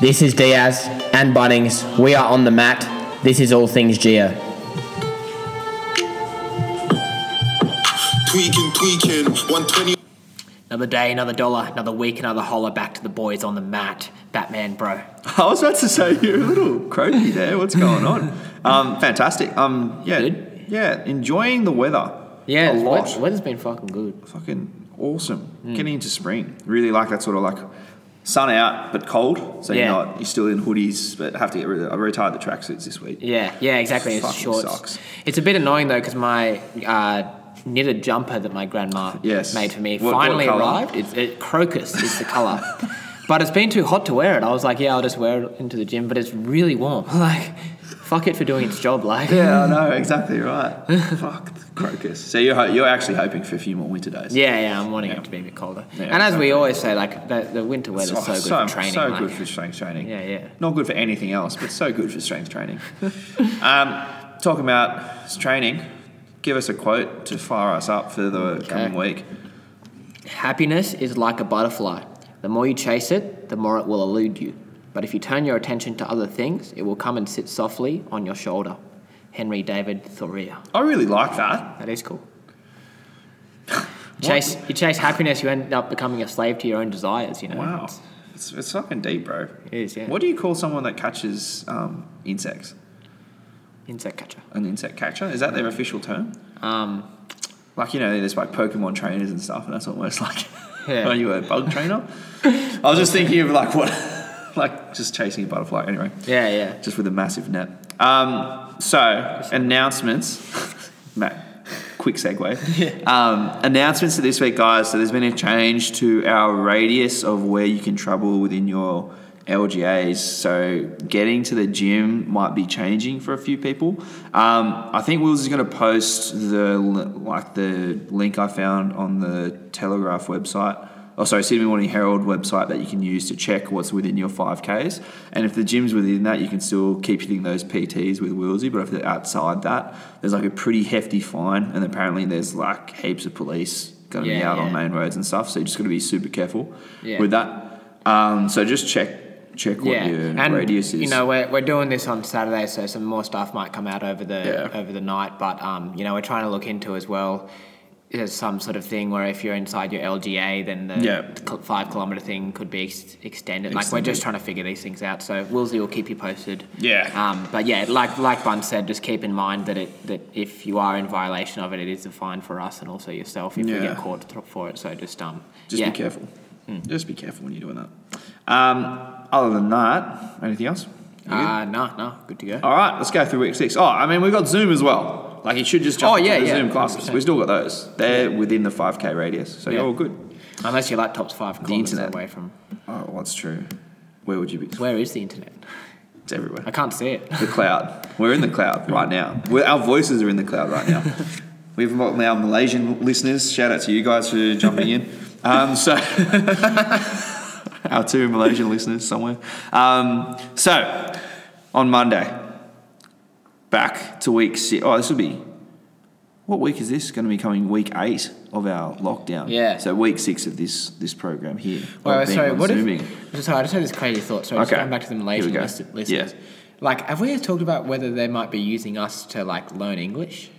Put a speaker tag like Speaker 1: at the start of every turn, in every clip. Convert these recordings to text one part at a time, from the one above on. Speaker 1: This is Diaz and Bunnings. We are on the mat. This is all things Gia.
Speaker 2: Tweaking, tweaking, 120.
Speaker 3: Another day, another dollar, another week, another holler. Back to the boys on the mat. Batman, bro.
Speaker 4: I was about to say you're a little croaky there. What's going on? Um, fantastic. Um, yeah,
Speaker 3: Good.
Speaker 4: yeah, enjoying the weather.
Speaker 3: Yeah,
Speaker 4: a
Speaker 3: it's- Hmm.
Speaker 4: lot.
Speaker 3: weather- weather's been fucking good.
Speaker 4: Fucking awesome. Getting into spring. Really like that sort of like sun out but cold. So
Speaker 3: Yeah.
Speaker 4: you're not you're still in hoodies, but have to get rid of. I retired the tracksuits this week.
Speaker 3: Yeah, yeah, exactly. It's
Speaker 4: Fucking
Speaker 3: shorts.
Speaker 4: sucks.
Speaker 3: It's a bit annoying though because my uh, knitted jumper that my grandma
Speaker 4: Yes.
Speaker 3: made for me
Speaker 4: What- what
Speaker 3: finally
Speaker 4: colour?
Speaker 3: arrived. It's it, crocus is the color, but it's been too hot to wear it. I was like, yeah, I'll just wear it into the gym, but it's really warm. Like, fuck it for doing its job. Like,
Speaker 4: Yeah, I know exactly right. Fuck the crocus. So you're ho- you're actually hoping for a few more winter days.
Speaker 3: Yeah, yeah, I'm wanting it to be a bit colder.
Speaker 4: Yeah,
Speaker 3: and as
Speaker 4: exactly.
Speaker 3: we always say, like the, the winter weather's so,
Speaker 4: Oh,
Speaker 3: good for training.
Speaker 4: So
Speaker 3: like,
Speaker 4: good for strength training.
Speaker 3: Yeah, yeah.
Speaker 4: Not good for anything else, but so good for strength training. um, talking about training, give us a quote to fire us up for the coming week.
Speaker 3: Happiness is like a butterfly. The more you chase it, the more it will elude you. But if you turn your attention to other things, it will come and sit softly on your shoulder. Henry David Thoreau.
Speaker 4: I really like that.
Speaker 3: That is cool. chase you chase happiness, you end up becoming a slave to your own desires. You know.
Speaker 4: Wow.
Speaker 3: It's-
Speaker 4: It's, it's fucking deep, bro.
Speaker 3: It is, yeah.
Speaker 4: What do you call someone that catches um, insects?
Speaker 3: Insect catcher.
Speaker 4: An insect catcher? Is that their official term?
Speaker 3: Um,
Speaker 4: Like, you know, there's like Pokemon trainers and stuff, and that's almost like,
Speaker 3: Yeah.
Speaker 4: are you a bug trainer? I was just thinking of like what, like just chasing a butterfly. Anyway.
Speaker 3: yeah, yeah.
Speaker 4: just with a massive net. Um, so announcements, Matt. Quick segue. Um, announcements for this week, guys. So there's been a change to our radius of where you can travel within your LGAs. So getting to the gym might be changing for a few people. Um, I think Will's is going to post the li- like the link I found on the Telegraph website oh sorry, Sydney Morning Herald website that you can use to check what's within your 5Ks. And if the gym's within that, you can still keep hitting those PTs with Wilsey, but if they're outside that, there's like a pretty hefty fine, and apparently there's like heaps of police going to be
Speaker 3: Yeah,
Speaker 4: out on
Speaker 3: yeah.
Speaker 4: main roads and stuff, so you just got to be super careful
Speaker 3: Yeah.
Speaker 4: with that. Um, so just check check what
Speaker 3: yeah,
Speaker 4: your
Speaker 3: and
Speaker 4: radius is.
Speaker 3: you know we're, we're doing this on Saturday, so some more stuff might come out over the
Speaker 4: Yeah.
Speaker 3: over the night. But um, you know we're trying to look into as well. There's some sort of thing where if you're inside your LGA, then the
Speaker 4: Yeah.
Speaker 3: cl- five kilometer thing could be ex- extended. Like we're just trying to figure these things out. So Wilsey will keep you posted.
Speaker 4: Yeah.
Speaker 3: Um, but yeah, like like Bun said, just keep in mind that it that if you are in violation of it, it is a fine for us and also yourself if we
Speaker 4: Yeah.
Speaker 3: get caught th- for it. So just um,
Speaker 4: just
Speaker 3: yeah. Hmm.
Speaker 4: be careful. Just be careful when you're doing that. Um, other than that, anything else? You good?
Speaker 3: Uh, no, no, good to go.
Speaker 4: All right, let's go through week six. Oh, I mean, we've got Zoom as well. Like, you should just jump
Speaker 3: Oh,
Speaker 4: oh,
Speaker 3: yeah,
Speaker 4: yeah, the
Speaker 3: yeah,
Speaker 4: Zoom classes. We've still got those. They're within the 5K radius, so
Speaker 3: Yeah.
Speaker 4: you're all good.
Speaker 3: Unless your laptop's five kilometers
Speaker 4: internet.
Speaker 3: away from.
Speaker 4: Oh, well, that's true. Where would you be?
Speaker 3: Where is the internet?
Speaker 4: It's everywhere.
Speaker 3: I can't see it.
Speaker 4: The cloud. We're in the cloud right now. We're, our voices are in the cloud right now. We've got now Malaysian listeners. Shout out to you guys for jumping in. Um, so, our two Malaysian listeners somewhere. Um, so, on Monday, back to week six. Oh, this will be. What week is this? Going to be coming week eight of our lockdown.
Speaker 3: Yeah.
Speaker 4: So week six of this this program here. of
Speaker 3: Wait, wait,
Speaker 4: being
Speaker 3: sorry,
Speaker 4: on
Speaker 3: what
Speaker 4: Zooming.
Speaker 3: if? just- Sorry, I just had this crazy thought. Sorry, just
Speaker 4: Okay.
Speaker 3: going back to the
Speaker 4: Here we
Speaker 3: Malaysian
Speaker 4: go.
Speaker 3: list- listeners.
Speaker 4: Yeah.
Speaker 3: Like, have we ever talked about whether they might be using us to like learn English?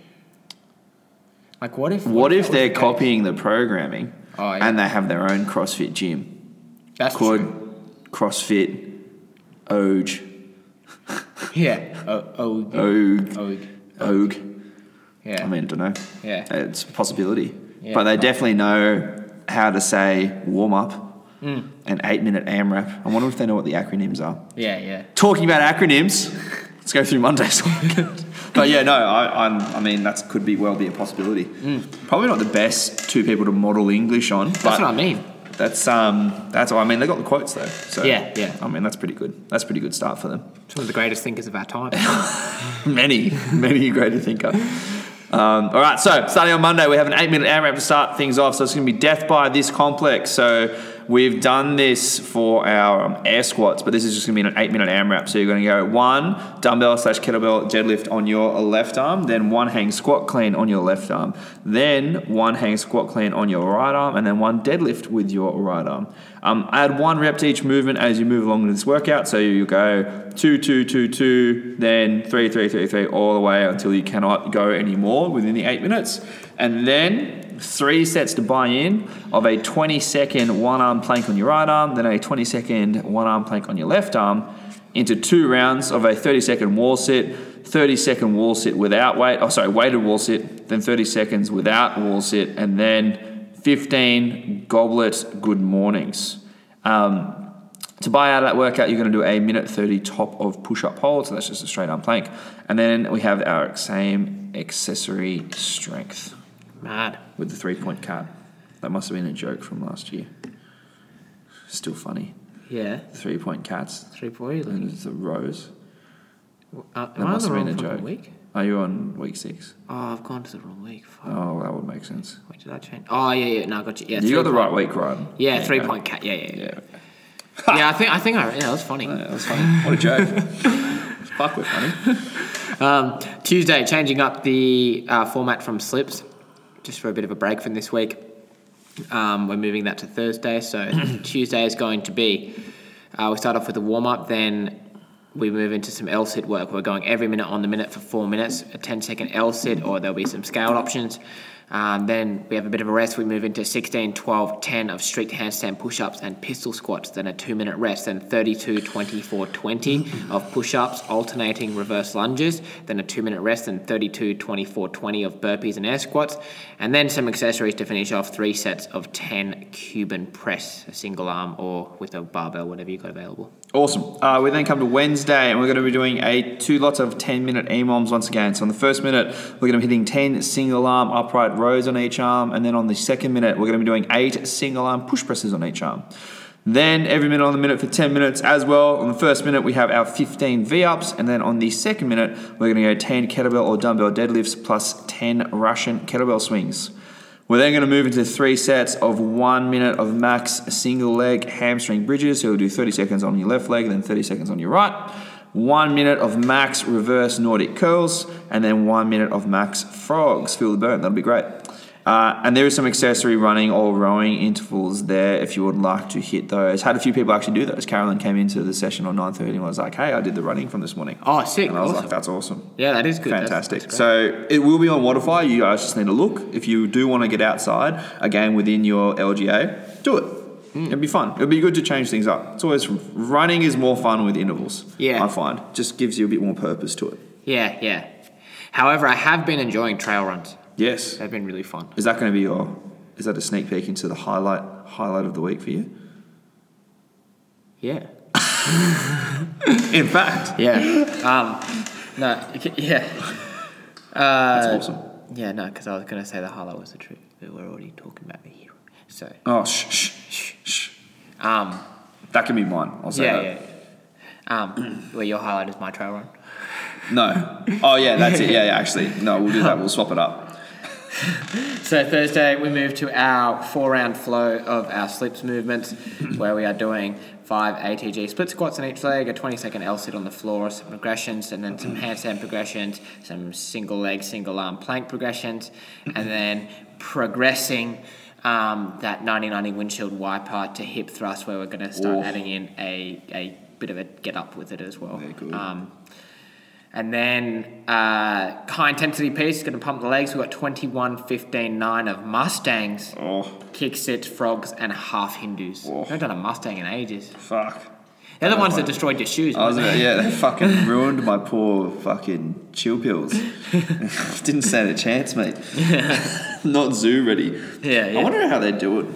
Speaker 3: Like, what if?
Speaker 4: What if
Speaker 3: that was
Speaker 4: they're
Speaker 3: the case?
Speaker 4: copying the programming
Speaker 3: Oh, yeah.
Speaker 4: and they have their own CrossFit gym
Speaker 3: That's
Speaker 4: called
Speaker 3: true.
Speaker 4: CrossFit OG
Speaker 3: Yeah. Oh, oh,
Speaker 4: OG
Speaker 3: oh,
Speaker 4: OG?
Speaker 3: yeah.
Speaker 4: I mean, I don't know.
Speaker 3: Yeah.
Speaker 4: it's a possibility.
Speaker 3: Yeah.
Speaker 4: But they definitely know how to say warm up
Speaker 3: Hmm.
Speaker 4: and eight minute AMRAP. I wonder if they know what the acronyms are.
Speaker 3: yeah, yeah.
Speaker 4: Talking about acronyms, let's go through Monday's. weekend. but yeah, no, I, I'm, I mean that's could be well be a possibility. Probably not the best two people to model English on. But
Speaker 3: Hmm. That's what I mean.
Speaker 4: That's um, that's I mean they got the quotes though. So
Speaker 3: Yeah, yeah.
Speaker 4: I mean that's pretty good. That's a pretty good start for them.
Speaker 3: Some of the greatest thinkers of our time.
Speaker 4: Many, many a greater thinker. Um, all right, so starting on Monday, we have an eight-minute AMRAP to start things off. So it's going to be death by this complex. So We've done this for our um, air squats, but this is just going to be an eight minute AMRAP. So you're going to go one dumbbell slash kettlebell deadlift on your left arm, then one hang squat clean on your left arm, then one hang squat clean on your right arm, and then one deadlift with your right arm. Um, add one rep to each movement as you move along in this workout. So you go two, two, two, two, then three, three, three, three, all the way until you cannot go anymore within the eight minutes. And then three sets to buy in of a 20 second one arm plank on your right arm, then a 20 second one arm plank on your left arm, into two rounds of a 30 second wall sit, 30 second wall sit without weight, oh, sorry, weighted wall sit, then 30 seconds without wall sit, and then 15 goblet good mornings. Um, to buy out of that workout, you're going to do a minute 30 top of push up hold. So that's just a straight arm plank. And then we have our same accessory strength
Speaker 3: Mad.
Speaker 4: with the three point card. That must have been a joke from last year. Still funny.
Speaker 3: Yeah.
Speaker 4: Three point cards.
Speaker 3: Three point.
Speaker 4: And it's the rows.
Speaker 3: Uh,
Speaker 4: That
Speaker 3: am I on
Speaker 4: must
Speaker 3: the
Speaker 4: have
Speaker 3: wrong
Speaker 4: been a
Speaker 3: fucking
Speaker 4: joke.
Speaker 3: week?
Speaker 4: Are you on week six?
Speaker 3: Oh, I've gone to the wrong week. Fuck.
Speaker 4: Oh, that would make sense.
Speaker 3: Wait, did I change? Oh, yeah, yeah. No, I got you. Yeah,
Speaker 4: You got the
Speaker 3: three-
Speaker 4: right week, right?
Speaker 3: Yeah,
Speaker 4: you
Speaker 3: three
Speaker 4: go.
Speaker 3: point cat. Yeah, yeah, yeah.
Speaker 4: Yeah.
Speaker 3: yeah, I think I think I. Yeah, that was funny.
Speaker 4: Yeah, That was funny. What a joke. Fuck, we're funny.
Speaker 3: Um, Tuesday, changing up the uh, format from slips, just for a bit of a break from this week. Um, we're moving that to Thursday, so Tuesday is going to be. Uh, we start off with a warm up, then we move into some L sit work. We're going every minute on the minute for four minutes, a 10 second L sit, or there'll be some scaled options. Um, then we have a bit of a rest. We move into 16, 12, 10 of strict handstand push ups and pistol squats, then a two minute rest, then 32, 24, 20 of push ups, alternating reverse lunges, then a two minute rest, then 32, 24, 20 of burpees and air squats, and then some accessories to finish off three sets of 10 Cuban press, a single arm or with a barbell, whatever you've got available.
Speaker 4: Awesome. Uh, we then come to Wednesday, and we're going to be doing a two lots of E 10 minute EMOMs once again. So, on the first minute, we're going to be hitting 10 single arm upright rows on each arm, and then on the second minute, we're going to be doing eight single arm push presses on each arm. Then, every minute on the minute for 10 minutes as well. On the first minute, we have our 15 V ups, and then on the second minute, we're going to go 10 kettlebell or dumbbell deadlifts plus 10 Russian kettlebell swings. We're then going to move into three sets of one minute of max single leg hamstring bridges. So you'll do 30 seconds on your left leg, then 30 seconds on your right. One minute of max reverse Nordic curls, and then one minute of max frogs. Feel the burn, that'll be great. Uh, and there is some accessory running or rowing intervals there if you would like to hit those. Had a few people actually do those. Carolyn came into the session on 9.30 and was like, hey, I did the running from this morning.
Speaker 3: Oh, sick.
Speaker 4: And I was
Speaker 3: Awesome.
Speaker 4: like, that's awesome.
Speaker 3: Yeah, that is good. That's-
Speaker 4: Fantastic.
Speaker 3: that's great.
Speaker 4: so it will be on Waterfly. You guys just need to look. If you do want to get outside, again within your LGA, do it. It'd be fun. It'd be good to change things up. It's always running is more fun with intervals.
Speaker 3: Yeah.
Speaker 4: I find just gives you a bit more purpose to it.
Speaker 3: Yeah, yeah. However, I have been enjoying trail runs.
Speaker 4: Yes.
Speaker 3: They've been really fun.
Speaker 4: Is that going to be your? Is that a sneak peek into the highlight highlight of the week for you?
Speaker 3: Yeah.
Speaker 4: In fact,
Speaker 3: Yeah. um, no. okay, Yeah. Uh,
Speaker 4: that's awesome.
Speaker 3: Yeah. No, because I was gonna say the highlight was the trip, but we're already talking about the hero. So.
Speaker 4: Oh, shh, shh, shh, shh.
Speaker 3: Um.
Speaker 4: That can be mine. I'll say
Speaker 3: Yeah.
Speaker 4: that.
Speaker 3: Yeah. yeah. Um. Well, your highlight is my trail run.
Speaker 4: No. Oh yeah, that's it. Yeah, yeah. Actually, no. We'll do that. We'll swap it up.
Speaker 3: So Thursday we move to our four round flow of our slips movements where we are doing five ATG split squats on each leg, a 20 second L sit on the floor, some progressions and then some handstand progressions, some single leg, single arm plank progressions, and then progressing um, that 90-90 windshield wiper to hip thrust where we're going to start
Speaker 4: Oof.
Speaker 3: adding in a, a bit of a get up with it as well.
Speaker 4: Very good.
Speaker 3: Um, and then uh, high intensity piece, going to pump the legs. We've got 21, 15, 9 of Mustangs,
Speaker 4: Oh,
Speaker 3: kick sits, frogs, and half Hindus.
Speaker 4: Oh.
Speaker 3: I haven't done a Mustang in ages.
Speaker 4: fuck.
Speaker 3: They're the
Speaker 4: That
Speaker 3: ones
Speaker 4: one-
Speaker 3: that destroyed your shoes.
Speaker 4: I was
Speaker 3: weren't
Speaker 4: about,
Speaker 3: they?
Speaker 4: yeah, they fucking ruined my poor fucking chill pills. Didn't stand a chance, mate. Not zoo ready.
Speaker 3: Yeah, yeah.
Speaker 4: I wonder how they do it.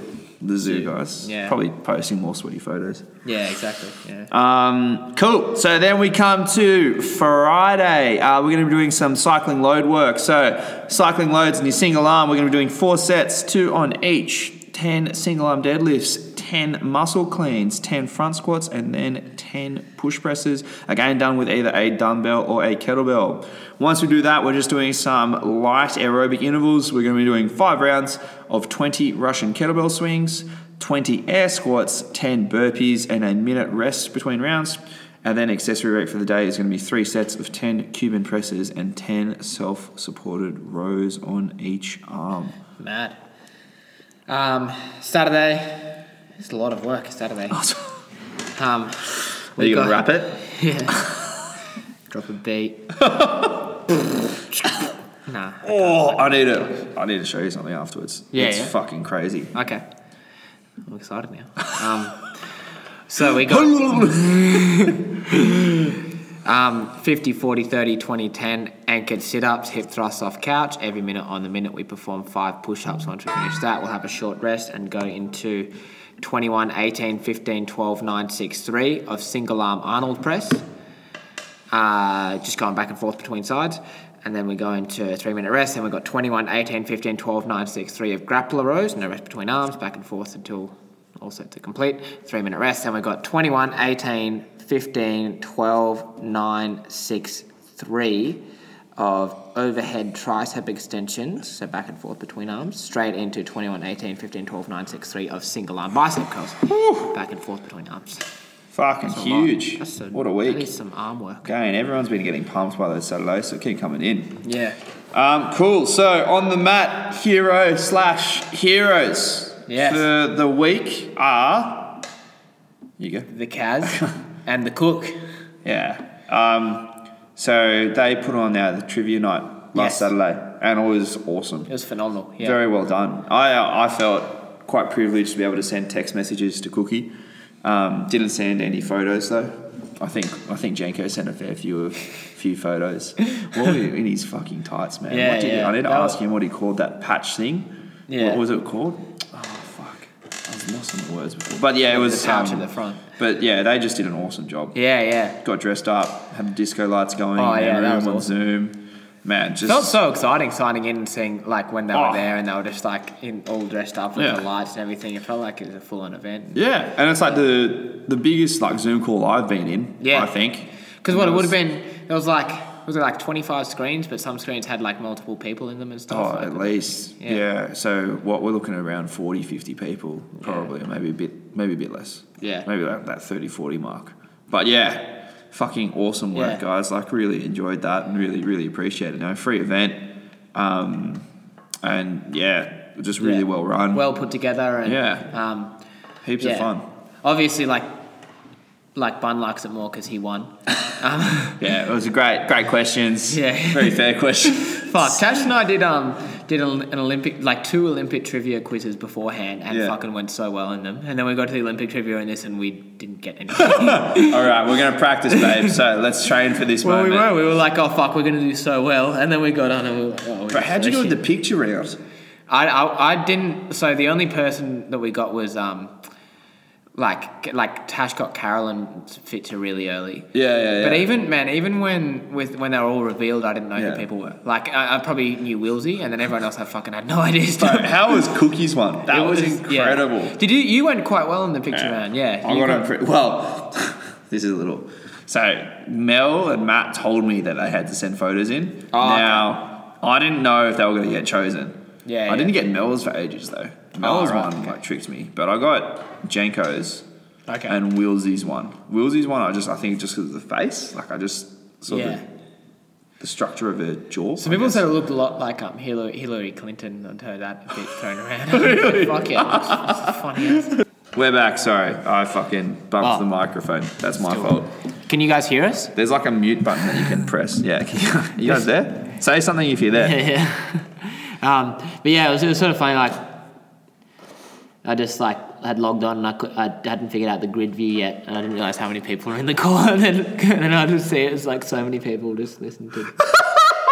Speaker 4: The zoo guys.
Speaker 3: yeah.
Speaker 4: Probably posting more sweaty photos.
Speaker 3: Yeah, exactly. Yeah.
Speaker 4: Um, cool. So then we come to Friday. Uh, we're going to be doing some cycling load work. So cycling loads in your single arm. We're going to be doing four sets, two on each, ten single arm deadlifts, ten muscle cleans, ten front squats, and then ten push presses. Again, done with either a dumbbell or a kettlebell. Once we do that, we're just doing some light aerobic intervals. We're going to be doing five rounds of 20 Russian kettlebell swings. 20 air squats, 10 burpees, and a minute rest between rounds. And then accessory rate for the day is going to be three sets of 10 Cuban presses and 10 self supported rows on each arm.
Speaker 3: Mad. Um, Saturday. It's a lot of work Saturday. Um,
Speaker 4: Are
Speaker 3: we
Speaker 4: you going to
Speaker 3: got-
Speaker 4: wrap it?
Speaker 3: Drop a beat. nah.
Speaker 4: Oh, I need to, I need to show you something afterwards.
Speaker 3: Yeah,
Speaker 4: It's
Speaker 3: yeah.
Speaker 4: fucking crazy.
Speaker 3: Okay. I'm excited now. Um, so we got um, 50, 40, 30, 20, 10 anchored sit ups, hip thrusts off couch. Every minute on the minute, we perform five push ups. Once we finish that, we'll have a short rest and go into 21, 18, 15, 12, 9, 6, 3 of single arm Arnold press. Uh, just going back and forth between sides. And then we go into three minute rest. Then we've got 21, 18, 15, 12, 9, 6, 3 of grappler rows. No rest between arms, back and forth until all set to complete. Three minute rest. Then we've got 21, 18, 15, 12, 9, 6, 3 of overhead tricep extensions. So back and forth between arms. Straight into 21, 18, 15, 12, 9, 6, 3 of single arm bicep curls. Back and forth between arms.
Speaker 4: Fucking
Speaker 3: That's a lot.
Speaker 4: huge.
Speaker 3: That's
Speaker 4: what a
Speaker 3: That
Speaker 4: week.
Speaker 3: is some arm work.
Speaker 4: Okay, and everyone's been getting pumped by those Saturdays, so keep coming in.
Speaker 3: Yeah.
Speaker 4: Um, cool. So on the mat, hero slash heroes
Speaker 3: Yes.
Speaker 4: for the week are. You go.
Speaker 3: the Kaz and the cook.
Speaker 4: Yeah. Um, so they put on now the trivia night last
Speaker 3: Yes.
Speaker 4: Saturday, and it was awesome.
Speaker 3: It was phenomenal. Yeah.
Speaker 4: Very well done. I uh, I felt quite privileged to be able to send text messages to Cookie. Um, didn't send any photos though. I think I think Janko sent a fair few of few photos. What were you in his fucking tights, man?
Speaker 3: Yeah,
Speaker 4: what did he-
Speaker 3: yeah.
Speaker 4: I need to
Speaker 3: That
Speaker 4: ask
Speaker 3: was-
Speaker 4: him what he called that patch thing.
Speaker 3: Yeah.
Speaker 4: What was it called? Oh fuck. I was lost on the words before. But yeah, it was
Speaker 3: the pouch
Speaker 4: um,
Speaker 3: at the front.
Speaker 4: But yeah, they just did an awesome job.
Speaker 3: yeah, yeah.
Speaker 4: Got dressed up, had disco lights going,
Speaker 3: Oh,
Speaker 4: in their
Speaker 3: yeah, that
Speaker 4: room
Speaker 3: was
Speaker 4: on
Speaker 3: awesome.
Speaker 4: Zoom. Man, just
Speaker 3: Felt so exciting signing in and seeing like when they
Speaker 4: Oh.
Speaker 3: were there and they were just like in all dressed up with
Speaker 4: Yeah.
Speaker 3: the lights and everything. It felt like it was a full on event.
Speaker 4: Yeah, and it's like the the biggest like Zoom call I've been in.
Speaker 3: Yeah.
Speaker 4: I think
Speaker 3: Because what it
Speaker 4: And
Speaker 3: would
Speaker 4: was-
Speaker 3: have been, it was like was it like twenty five screens, but some screens had like multiple people in them and
Speaker 4: Oh,
Speaker 3: stuff.
Speaker 4: at least yeah.
Speaker 3: Yeah.
Speaker 4: So what we're looking at around 40, 50 people probably, maybe a bit, maybe a bit less.
Speaker 3: Yeah.
Speaker 4: maybe like that 30, 40 mark. But yeah, fucking awesome work,
Speaker 3: Yeah.
Speaker 4: guys. Like really enjoyed that and really, really appreciate it. You know, free event, um, and yeah, just really
Speaker 3: Yeah.
Speaker 4: well run.
Speaker 3: well put together and
Speaker 4: Yeah.
Speaker 3: um,
Speaker 4: heaps
Speaker 3: yeah.
Speaker 4: of fun.
Speaker 3: Obviously, like like Bun likes it more because he won. um,
Speaker 4: Yeah, it was a great, great questions.
Speaker 3: Yeah.
Speaker 4: very fair questions.
Speaker 3: Fuck, Tash and I did um did an an Olympic like two Olympic trivia quizzes beforehand and
Speaker 4: Yeah.
Speaker 3: fucking went so well in them. And then we got to the Olympic trivia and this and we didn't get anything.
Speaker 4: All right, we're gonna practice, babe. So let's train for this
Speaker 3: well, we
Speaker 4: moment.
Speaker 3: were we were like, oh fuck, we're gonna do so well. And then we got on and we were like, oh, we
Speaker 4: But how'd you go with the picture round?
Speaker 3: I, I I didn't. So the only person that we got was um like like Tash got Carolyn fit to really early.
Speaker 4: Yeah, yeah,
Speaker 3: But
Speaker 4: yeah.
Speaker 3: even man, even when with when they were all revealed, I didn't know
Speaker 4: Yeah.
Speaker 3: who people were. Like I, I probably knew Wilsey, and then everyone else I fucking had no idea.
Speaker 4: But how was Cookie's one? That
Speaker 3: It
Speaker 4: was,
Speaker 3: yeah.
Speaker 4: incredible.
Speaker 3: Did you? You went quite well in the picture round. Yeah.
Speaker 4: I
Speaker 3: You
Speaker 4: got
Speaker 3: got-
Speaker 4: on pre- well. this is a little. So Mel and Matt told me that they had to send photos in.
Speaker 3: Oh, okay.
Speaker 4: now I didn't know if they were going to get chosen.
Speaker 3: Yeah,
Speaker 4: I
Speaker 3: yeah. Ah,
Speaker 4: didn't get Mel's for ages though. Mel's
Speaker 3: right,
Speaker 4: one
Speaker 3: okay.
Speaker 4: like tricked me, but I got Janko's
Speaker 3: Okay.
Speaker 4: and Wilsey's one. Wilsey's one, I just I think just because of the face, like I just sort
Speaker 3: yeah.
Speaker 4: of the structure of her jaw.
Speaker 3: So
Speaker 4: I
Speaker 3: people
Speaker 4: guess.
Speaker 3: said it looked a lot like um Hillary, Hillary Clinton. I've heard that a bit thrown around. really? Fuck yeah. It's funny. as-
Speaker 4: We're back. Sorry, I fucking bumped
Speaker 3: Oh.
Speaker 4: the microphone. That's my
Speaker 3: Still.
Speaker 4: fault.
Speaker 3: Can you guys hear us?
Speaker 4: There's like a mute button that you can press. Yeah, can you, you guys there? Say something if you're there.
Speaker 3: Yeah. um, but yeah, it was, it was sort of funny. Like, I just like had logged on and I, could, I hadn't figured out the grid view yet, and I didn't realize how many people were in the call. And then, and then I just see it was like so many people just listened to.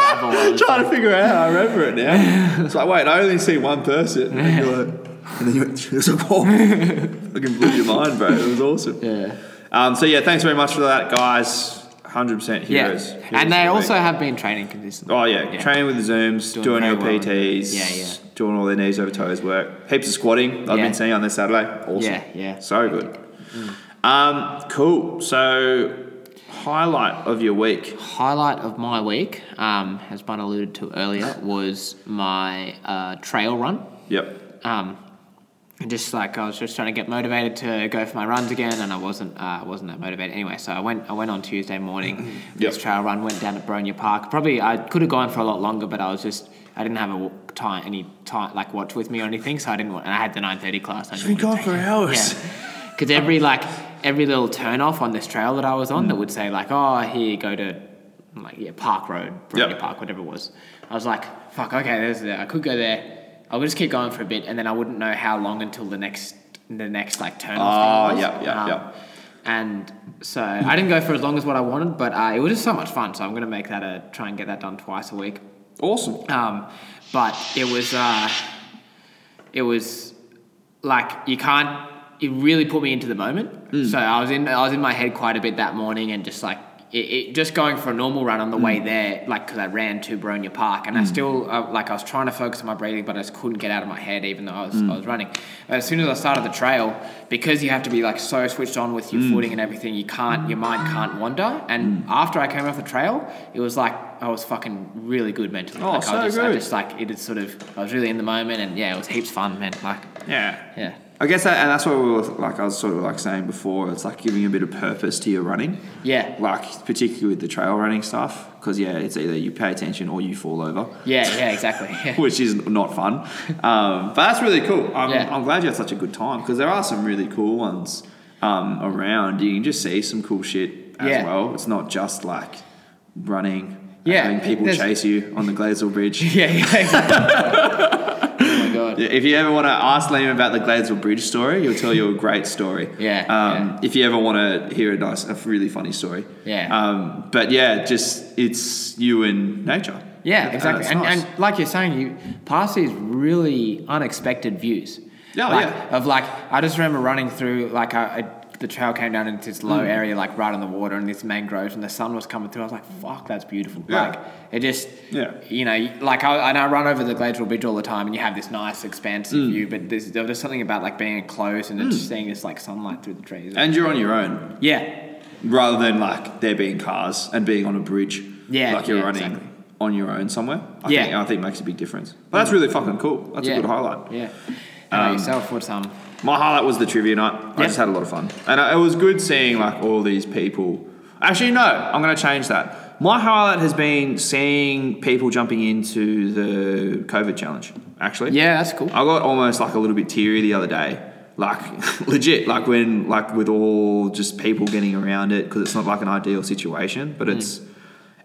Speaker 3: babble on.
Speaker 4: Trying to figure out how I remember it now. It's like, wait, I only see one person. And then you're like, and then you went, it was like, whoa. Fucking blew your mind, bro. It was awesome.
Speaker 3: Yeah.
Speaker 4: Um, so yeah, thanks very much for that, guys. 100% heroes.
Speaker 3: Yeah,
Speaker 4: Heroes of
Speaker 3: and they
Speaker 4: the
Speaker 3: also
Speaker 4: week.
Speaker 3: have been training consistently.
Speaker 4: Oh yeah, training with the zooms, doing,
Speaker 3: Doing
Speaker 4: your
Speaker 3: very well.
Speaker 4: PTs,
Speaker 3: Yeah, yeah.
Speaker 4: doing all their knees over toes work, heaps of squatting. I've
Speaker 3: Yeah.
Speaker 4: been seeing on this Saturday. Awesome.
Speaker 3: Yeah, yeah.
Speaker 4: So good. Um, cool. So highlight of your week.
Speaker 3: Highlight of my week, um, as Bun alluded to earlier, was my uh, trail run.
Speaker 4: Yep.
Speaker 3: Um, And just like I was just trying to get motivated to go for my runs again, and I wasn't uh, wasn't that motivated anyway. So I went I went on Tuesday morning for this trail run. Went down to Bronya Park. Probably I could have gone for a lot longer, but I was just I didn't have a wa- time any time like watch with me or anything, so I didn't. Want, and I had the nine thirty class. I didn't want to take it.
Speaker 4: hours.
Speaker 3: Yeah. Because every like every little turn off on this trail that I was on that would say like, oh, here go to like yeah Park Road, Bronya
Speaker 4: Yep.
Speaker 3: Park, whatever it was. I was like, fuck, okay, there's there. I could go there. I would just keep going for a bit, and then I wouldn't know how long until the next the next like turn off.
Speaker 4: Oh,
Speaker 3: thing was. Um,
Speaker 4: yep, yep, yep.
Speaker 3: And so I didn't go for as long as what I wanted, but uh, it was just so much fun. So I'm gonna make that a try and get that done twice a week.
Speaker 4: Awesome.
Speaker 3: Um, but it was uh, it was like you can't. It really put me into the moment.
Speaker 4: Mm.
Speaker 3: So I was in I was in my head quite a bit that morning, and just like it, it just going for a normal run on
Speaker 4: Mm.
Speaker 3: the way there, like because I ran to Bronya Park, and I still uh, like I was trying to focus on my breathing, but I just couldn't get out of my head, even though I was
Speaker 4: Mm.
Speaker 3: I was running. But as soon as I started the trail, because you have to be like so switched on with
Speaker 4: Mm.
Speaker 3: your footing and everything, you can't your mind can't wander. And after I came off the trail, it was like I was fucking really good mentally.
Speaker 4: Oh,
Speaker 3: like I
Speaker 4: so
Speaker 3: was just, I
Speaker 4: good.
Speaker 3: just like it had sort of I was really in the moment, and yeah, it was heaps fun, man. Like
Speaker 4: Yeah.
Speaker 3: yeah.
Speaker 4: I guess that, and that's what we were like. I was sort of like saying before. It's like giving a bit of purpose to your running.
Speaker 3: Yeah.
Speaker 4: Like particularly with the trail running stuff, because yeah, it's either you pay attention or you fall over.
Speaker 3: Yeah, yeah, exactly. Yeah.
Speaker 4: Which is not fun, um, but that's really cool. I'm,
Speaker 3: Yeah.
Speaker 4: I'm glad you had such a good time because there are some really cool ones um, around. You can just see some cool shit as
Speaker 3: Yeah.
Speaker 4: well. It's not just like running,
Speaker 3: Yeah,
Speaker 4: having people
Speaker 3: there's-
Speaker 4: chase you on the Glazel Bridge.
Speaker 3: Yeah, yeah, exactly. oh my god.
Speaker 4: Yeah, If you ever want to ask Liam about the Gladesville Bridge story, he'll tell you a great story.
Speaker 3: Yeah,
Speaker 4: Um,
Speaker 3: yeah.
Speaker 4: If you ever want to hear a nice, a really funny story.
Speaker 3: Yeah.
Speaker 4: Um, but yeah, just it's you and nature.
Speaker 3: Yeah,
Speaker 4: And
Speaker 3: exactly.
Speaker 4: it's
Speaker 3: And,
Speaker 4: nice.
Speaker 3: and like you're saying, you pass these really unexpected views.
Speaker 4: Yeah,
Speaker 3: like,
Speaker 4: yeah.
Speaker 3: Of like, I just remember running through like I, I, the trail came down into this low
Speaker 4: Mm.
Speaker 3: area, like right on the water, and this mangroves, and the sun was coming through. I was like, "Fuck, that's beautiful."
Speaker 4: Yeah.
Speaker 3: Like it just,
Speaker 4: Yeah.
Speaker 3: you know, you- like I and I run over the Glacial Bridge all the time, and you have this nice expansive
Speaker 4: Mm.
Speaker 3: view, but there's, there was just something about like being close and just seeing this like sunlight through the trees.
Speaker 4: and you're on your own
Speaker 3: yeah,
Speaker 4: rather than like there being cars and being on a bridge.
Speaker 3: Yeah,
Speaker 4: Like you're
Speaker 3: yeah,
Speaker 4: running
Speaker 3: exactly.
Speaker 4: on your own somewhere. I
Speaker 3: Yeah.
Speaker 4: Think, I think it makes a big difference. But that's really fucking cool. That's
Speaker 3: yeah.
Speaker 4: a good highlight.
Speaker 3: Yeah. How about yourself? What's um?
Speaker 4: My highlight was the trivia night. I
Speaker 3: Yeah.
Speaker 4: just had a lot of fun, and I- it was good seeing like all these people. Actually, no, I'm going to change that. My highlight has been seeing people jumping into the COVID challenge. Actually,
Speaker 3: Yeah, that's cool.
Speaker 4: I got almost like a little bit teary the other day. Like legit, like when like with all just people getting around it because it's not like an ideal situation, but it's
Speaker 3: Mm.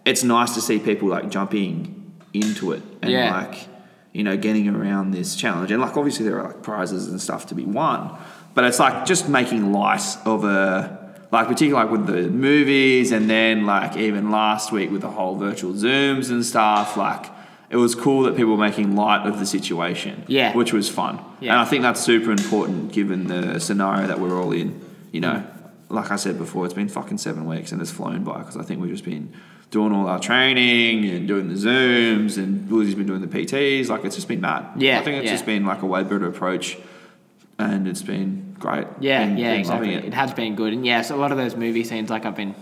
Speaker 4: it's nice to see people like jumping into it and
Speaker 3: Yeah.
Speaker 4: like you know getting around this challenge and like obviously there are like prizes and stuff to be won, but it's like just making light of a like particularly like with the movies and then like even last week with the whole virtual zooms and stuff like it was cool that people were making light of the situation
Speaker 3: Yeah.
Speaker 4: which was fun.
Speaker 3: Yeah.
Speaker 4: And I think that's super important given the scenario that we're all in. You know,
Speaker 3: Mm.
Speaker 4: like I said before, it's been fucking seven weeks and it's flown by because I think we've just been doing all our training and doing the Zooms and Willie's been doing the PTs. Like, it's just been mad.
Speaker 3: Yeah,
Speaker 4: I think it's
Speaker 3: yeah.
Speaker 4: just been like a way better approach and it's been great.
Speaker 3: Yeah,
Speaker 4: Been-
Speaker 3: yeah,
Speaker 4: been loving
Speaker 3: exactly. It. has been good, and yes, a lot of those movie scenes, like I've been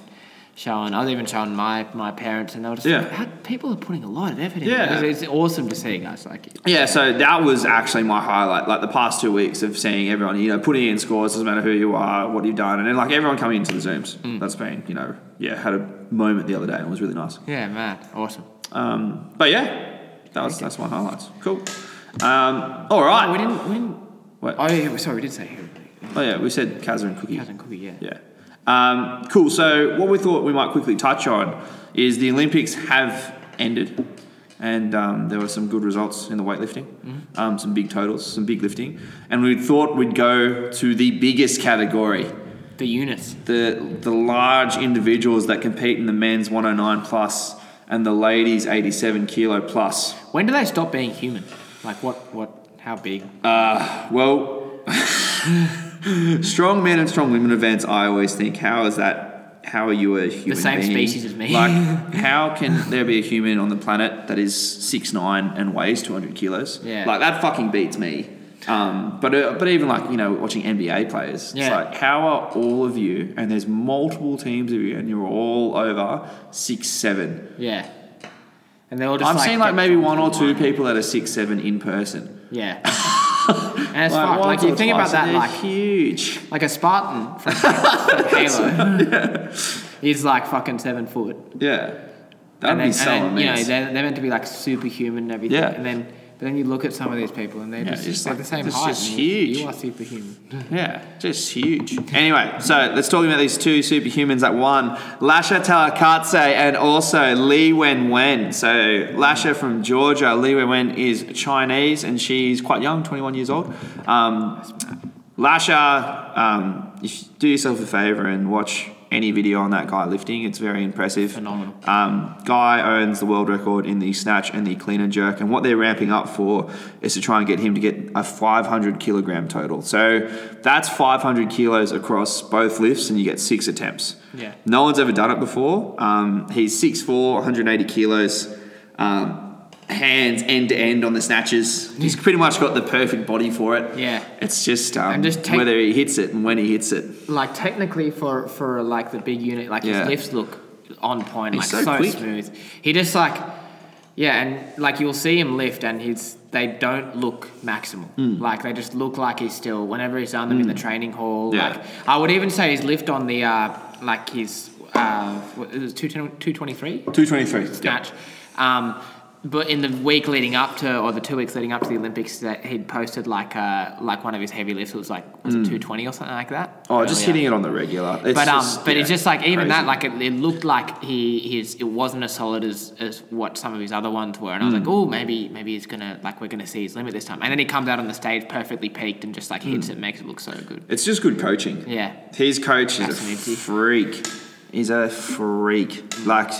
Speaker 3: showing, I was even showing my my parents, and they were just
Speaker 4: Yeah.
Speaker 3: like, How, people are putting a lot of effort in.
Speaker 4: Yeah.
Speaker 3: Yeah. It's, it's awesome to see guys like it.
Speaker 4: Yeah, so that was actually my highlight. Like the past two weeks of seeing everyone, you know, putting in scores doesn't matter who you are, what you've done, and then like everyone coming into the zooms.
Speaker 3: Mm.
Speaker 4: That's been, you know, yeah, had a moment the other day and it was really nice.
Speaker 3: Yeah, man, awesome.
Speaker 4: Um, but yeah, that was that's my highlights. Cool. Um,
Speaker 3: Oh,
Speaker 4: all
Speaker 3: we
Speaker 4: right.
Speaker 3: didn't, we didn't.
Speaker 4: Wait.
Speaker 3: Oh, yeah, we- sorry, we did say here.
Speaker 4: Oh yeah, we said Kazza and Cookie.
Speaker 3: Cousin Cookie, yeah.
Speaker 4: Yeah. Um, cool. So what we thought we might quickly touch on is the Olympics have ended, and um, there were some good results in the weightlifting, um, some big totals, some big lifting, and we thought we'd go to the biggest category,
Speaker 3: The units.
Speaker 4: the the large individuals that compete in the men's 109 plus and the ladies 87 kilo plus.
Speaker 3: When do they stop being human? Like what? What? How big?
Speaker 4: Uh, well, strong men and strong women events. I always think, how is that? How are you a human?
Speaker 3: same
Speaker 4: being?
Speaker 3: species as me.
Speaker 4: Like, how can there be a human on the planet that is six nine and weighs two hundred kilos?
Speaker 3: Yeah.
Speaker 4: like that fucking beats me. Um, but uh, but even like you know watching NBA players, it's
Speaker 3: Yeah.
Speaker 4: like how are all of you? And there's multiple teams of you, and you're all over six seven.
Speaker 3: Yeah. And they're all just.
Speaker 4: I've
Speaker 3: like
Speaker 4: seen like
Speaker 3: get
Speaker 4: maybe
Speaker 3: drawn
Speaker 4: one
Speaker 3: to
Speaker 4: or two people that are six seven in person.
Speaker 3: Yeah. And it's fucked.
Speaker 4: once
Speaker 3: Like, you
Speaker 4: or
Speaker 3: think about
Speaker 4: twice, and
Speaker 3: that,
Speaker 4: they're
Speaker 3: like-
Speaker 4: huge.
Speaker 3: Like a Spartan from, from Halo. He's like fucking seven foot.
Speaker 4: Yeah, that'd
Speaker 3: and then,
Speaker 4: be so
Speaker 3: and then, You know,
Speaker 4: amazing.
Speaker 3: they're, they're meant to be like superhuman and everything.
Speaker 4: Yeah.
Speaker 3: And then, but then you look at some of these people and they're
Speaker 4: Yeah,
Speaker 3: just,
Speaker 4: it's
Speaker 3: like,
Speaker 4: like-
Speaker 3: the same
Speaker 4: it's
Speaker 3: height.
Speaker 4: just
Speaker 3: and you-
Speaker 4: huge.
Speaker 3: You are superhuman.
Speaker 4: yeah, just huge. Anyway, so let's talk about these two superhumans at one, Lasha Talakatse and also Li Wen Wen. So Lasha from Georgia, Li Wen Wen is Chinese and she's quite young, 21 years old. Um, Lasha, um, you should do yourself a favor and watch any video on that guy lifting. It's very impressive.
Speaker 3: Phenomenal.
Speaker 4: Um, guy owns the world record in the snatch and the clean and jerk, and what they're ramping up for is to try and get him to get a 500 kilogram total. So that's 500 kilos across both lifts, and you get six attempts.
Speaker 3: Yeah.
Speaker 4: No one's ever done it before. Um, he's 6'4, 180 kilos, um, hands end to end on the snatches. He's pretty much got the perfect body for it.
Speaker 3: Yeah.
Speaker 4: It's just, um,
Speaker 3: And just take-
Speaker 4: whether he hits it and when he hits it.
Speaker 3: Like technically for for like the big unit, like
Speaker 4: Yeah.
Speaker 3: his lifts look on point,
Speaker 4: He's
Speaker 3: like
Speaker 4: so
Speaker 3: so,
Speaker 4: quick.
Speaker 3: smooth. He just like yeah, and like you'll see him lift, and he's they don't look maximal.
Speaker 4: Hmm.
Speaker 3: Like they just look like he's still. Whenever he's done them in the training hall,
Speaker 4: Yeah.
Speaker 3: like I would even say his lift on the uh like his uh what, it was two twenty three
Speaker 4: 223.
Speaker 3: match. Um, but in the week leading up to, or the two weeks leading up to the Olympics, that he'd posted like uh, like one of his heavy lifts. It was like was it two twenty or something like that.
Speaker 4: Hmm. Oh, just
Speaker 3: Earlier.
Speaker 4: hitting it on the regular. It's
Speaker 3: But um,
Speaker 4: just,
Speaker 3: but
Speaker 4: yeah,
Speaker 3: it's just like even
Speaker 4: crazy.
Speaker 3: that, like it, it looked like he his it wasn't as solid as, as what some of his other ones were, and
Speaker 4: Hmm.
Speaker 3: I was like, oh, maybe maybe he's gonna like we're gonna see his limit this time. And then he comes out on the stage perfectly peaked and just like
Speaker 4: Hmm.
Speaker 3: hits it, makes it look so good.
Speaker 4: It's just good coaching.
Speaker 3: Yeah.
Speaker 4: His coach is a
Speaker 3: Absolutely. Mm.
Speaker 4: freak. He's a freak. Like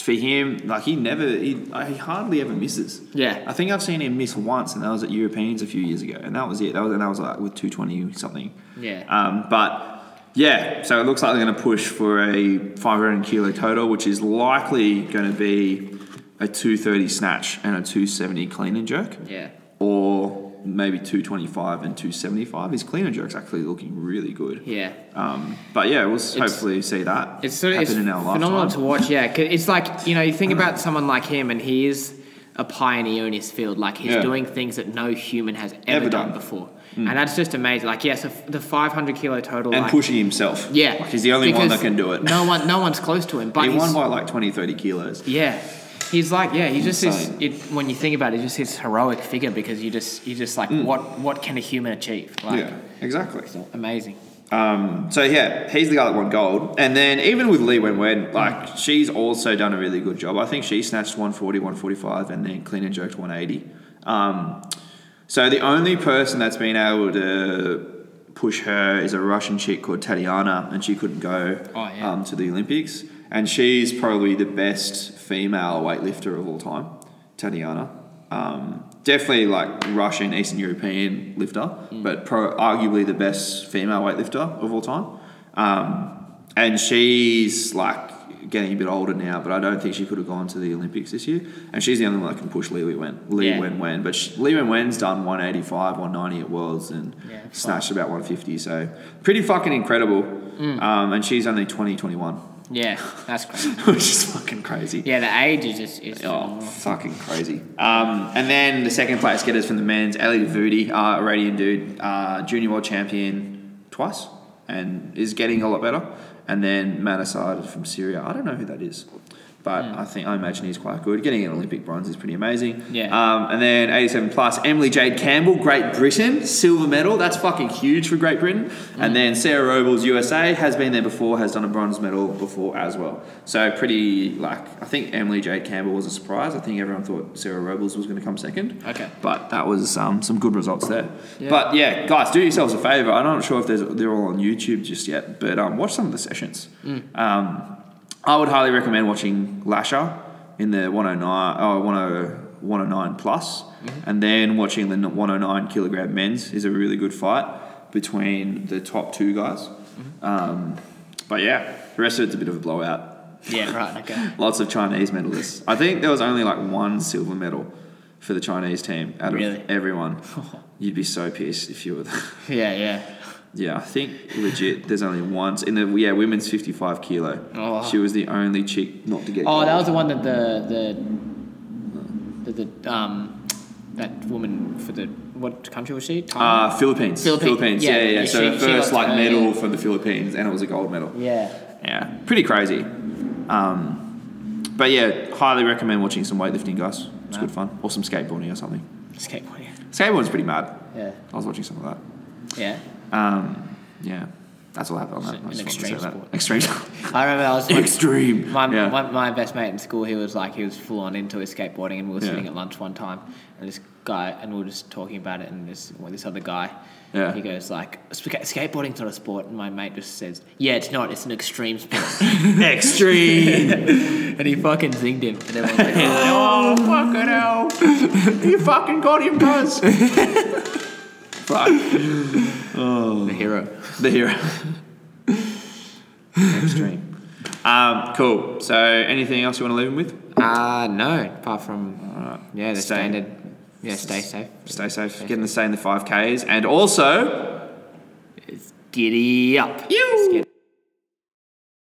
Speaker 4: for him, like he never, he, he hardly ever misses.
Speaker 3: Yeah.
Speaker 4: I think I've seen him miss once, and that was at Europeans a few years ago, and that was it. That was and that was like with two twenty something.
Speaker 3: Yeah.
Speaker 4: Um, but yeah, so it looks like they're going to push for a five hundred kilo total, which is likely going to be a two thirty snatch and a two seventy clean and jerk
Speaker 3: Yeah.
Speaker 4: or maybe 225 and 275. His cleaner jerk's actually looking really good.
Speaker 3: Yeah.
Speaker 4: Um, but yeah, we'll s hopefully see that
Speaker 3: It's sort of
Speaker 4: happen
Speaker 3: it's
Speaker 4: in our
Speaker 3: phenomenal
Speaker 4: lifetime. Hmm.
Speaker 3: to watch. Yeah, 'cause it's like you know you think about someone like him, and he is a pioneer in his field. Like he's
Speaker 4: Yeah.
Speaker 3: doing things that no human has ever,
Speaker 4: Ever
Speaker 3: done.
Speaker 4: done. Hmm.
Speaker 3: before, and that's just amazing. Like yes, yeah, so f- the 500 kilo total
Speaker 4: and
Speaker 3: like,
Speaker 4: pushing himself.
Speaker 3: Yeah,
Speaker 4: Like, he's the only one
Speaker 3: because
Speaker 4: that can do it.
Speaker 3: No one, no one's close to him. But
Speaker 4: he
Speaker 3: he's,
Speaker 4: won by like 20, 30 kilos.
Speaker 3: yeah, he's like yeah, he's just this.
Speaker 4: Insane.
Speaker 3: It, when you think about it, he's just this heroic figure because you just you just like what what can a human achieve? Like
Speaker 4: Mm. yeah, exactly.
Speaker 3: amazing.
Speaker 4: Um, so yeah, he's the guy that won gold. And then even with Lee Wen Wen, like she's also done a really good job. I think she snatched 140, 145, and then clean and jerked 180. Um, so the only person that's been able to push her is a Russian chick called Tatiana, and she couldn't go
Speaker 3: Oh, yeah.
Speaker 4: um, to the Olympics. And she's probably the best female weightlifter of all time, Tatiana. Um, definitely like Russian, Eastern European lifter, but pro- arguably the best female weightlifter of all time. Um, and she's like getting a bit older now, but I don't think she could have gone to the Olympics this year. And she's the only one that can push Lee Wen. Lee
Speaker 3: Yeah.
Speaker 4: Wen Wen, but she, Lee Wen Wen's done 185, 190 at Worlds, and
Speaker 3: Yeah, that's
Speaker 4: snatched about 150. So pretty fucking incredible.
Speaker 3: Mm.
Speaker 4: Um, and she's only 20, 21,
Speaker 3: Yeah, that's crazy.
Speaker 4: which is fucking crazy.
Speaker 3: Yeah, the age is just is
Speaker 4: Oh,
Speaker 3: phenomenal.
Speaker 4: fucking crazy. Um, and then the second place getters from the men's, Ali Davudi, uh, Iranian dude, uh, junior world champion twice and is getting a lot better. And then Manasad from Syria. I don't know who that is, but
Speaker 3: Mm.
Speaker 4: I think I imagine he's quite good. Getting an Olympic bronze is pretty amazing.
Speaker 3: Yeah.
Speaker 4: Um, and then 87 plus, Emily Jade Campbell, Great Britain, silver medal. That's fucking huge for Great Britain. And then Sarah Robles, USA, has been there before, has done a bronze medal before as well. So pretty, like, I think Emily Jade Campbell was a surprise. I think everyone thought Sarah Robles was going to come second.
Speaker 3: Okay.
Speaker 4: But that was um, some good results there. But yeah, guys, do yourselves a favor. I'm not sure if there's, they're all on YouTube just yet, but um, watch some of the sessions. Um, I would highly recommend watching Lasher in the 109, oh, 10 109 plus, and then watching the 109 kilogram men's is a really good fight between the top two guys. Um, but yeah, the rest of it's a bit of a blowout.
Speaker 3: Yeah, right. Okay.
Speaker 4: Lots of Chinese medalists. I think there was only like one silver medal for the Chinese team out of
Speaker 3: Really?
Speaker 4: everyone. You'd be so pissed if you were. The,
Speaker 3: Yeah, yeah.
Speaker 4: yeah, I think legit. There's only one in the yeah women's 55 kilo.
Speaker 3: Oh, wow.
Speaker 4: She was the only chick not to get.
Speaker 3: Oh, that
Speaker 4: gold.
Speaker 3: was the one that the the the, the um that woman for the what country was she? Thailand?
Speaker 4: Uh, Philippines.
Speaker 3: Philippines.
Speaker 4: Yeah,
Speaker 3: Yeah,
Speaker 4: yeah.
Speaker 3: yeah,
Speaker 4: So
Speaker 3: she- she
Speaker 4: first
Speaker 3: got
Speaker 4: like
Speaker 3: to-
Speaker 4: medal from the Philippines, and it was a gold medal.
Speaker 3: yeah.
Speaker 4: Yeah, pretty crazy. Um, but yeah, highly recommend watching some weightlifting, guys. It's good fun, or some skateboarding or something.
Speaker 3: Skateboarding.
Speaker 4: Skateboarding's pretty mad.
Speaker 3: Yeah.
Speaker 4: I was watching some of that.
Speaker 3: Yeah.
Speaker 4: Um, yeah, that's all I have on that. I just wanted to say
Speaker 3: extreme
Speaker 4: that.
Speaker 3: sport.
Speaker 4: Extreme.
Speaker 3: I remember I was like,
Speaker 4: extreme.
Speaker 3: my,
Speaker 4: yeah.
Speaker 3: my, my best mate in school, he was like, he was full on into his skateboarding, and we were
Speaker 4: Yeah.
Speaker 3: sitting at lunch one time, and this guy, and we were just talking about it, and this well, this other guy,
Speaker 4: Yeah.
Speaker 3: he goes like, "Ska- skateboarding's not a sport, and my mate just says, yeah, it's not, it's an extreme sport,
Speaker 4: extreme.
Speaker 3: and he fucking zinged him, and everyone was like, "Oh."
Speaker 4: oh fucking hell! you fucking got him, Buzz. Fuck.
Speaker 3: the hero.
Speaker 4: The hero. Extreme. Um, cool. So, anything else you want to leave him with?
Speaker 3: Uh no, apart from yeah, the
Speaker 4: Stay-
Speaker 3: standard, yeah, stay safe,
Speaker 4: Stay safe. Get in the stay in the five Ks, and also
Speaker 3: giddy up.
Speaker 4: you.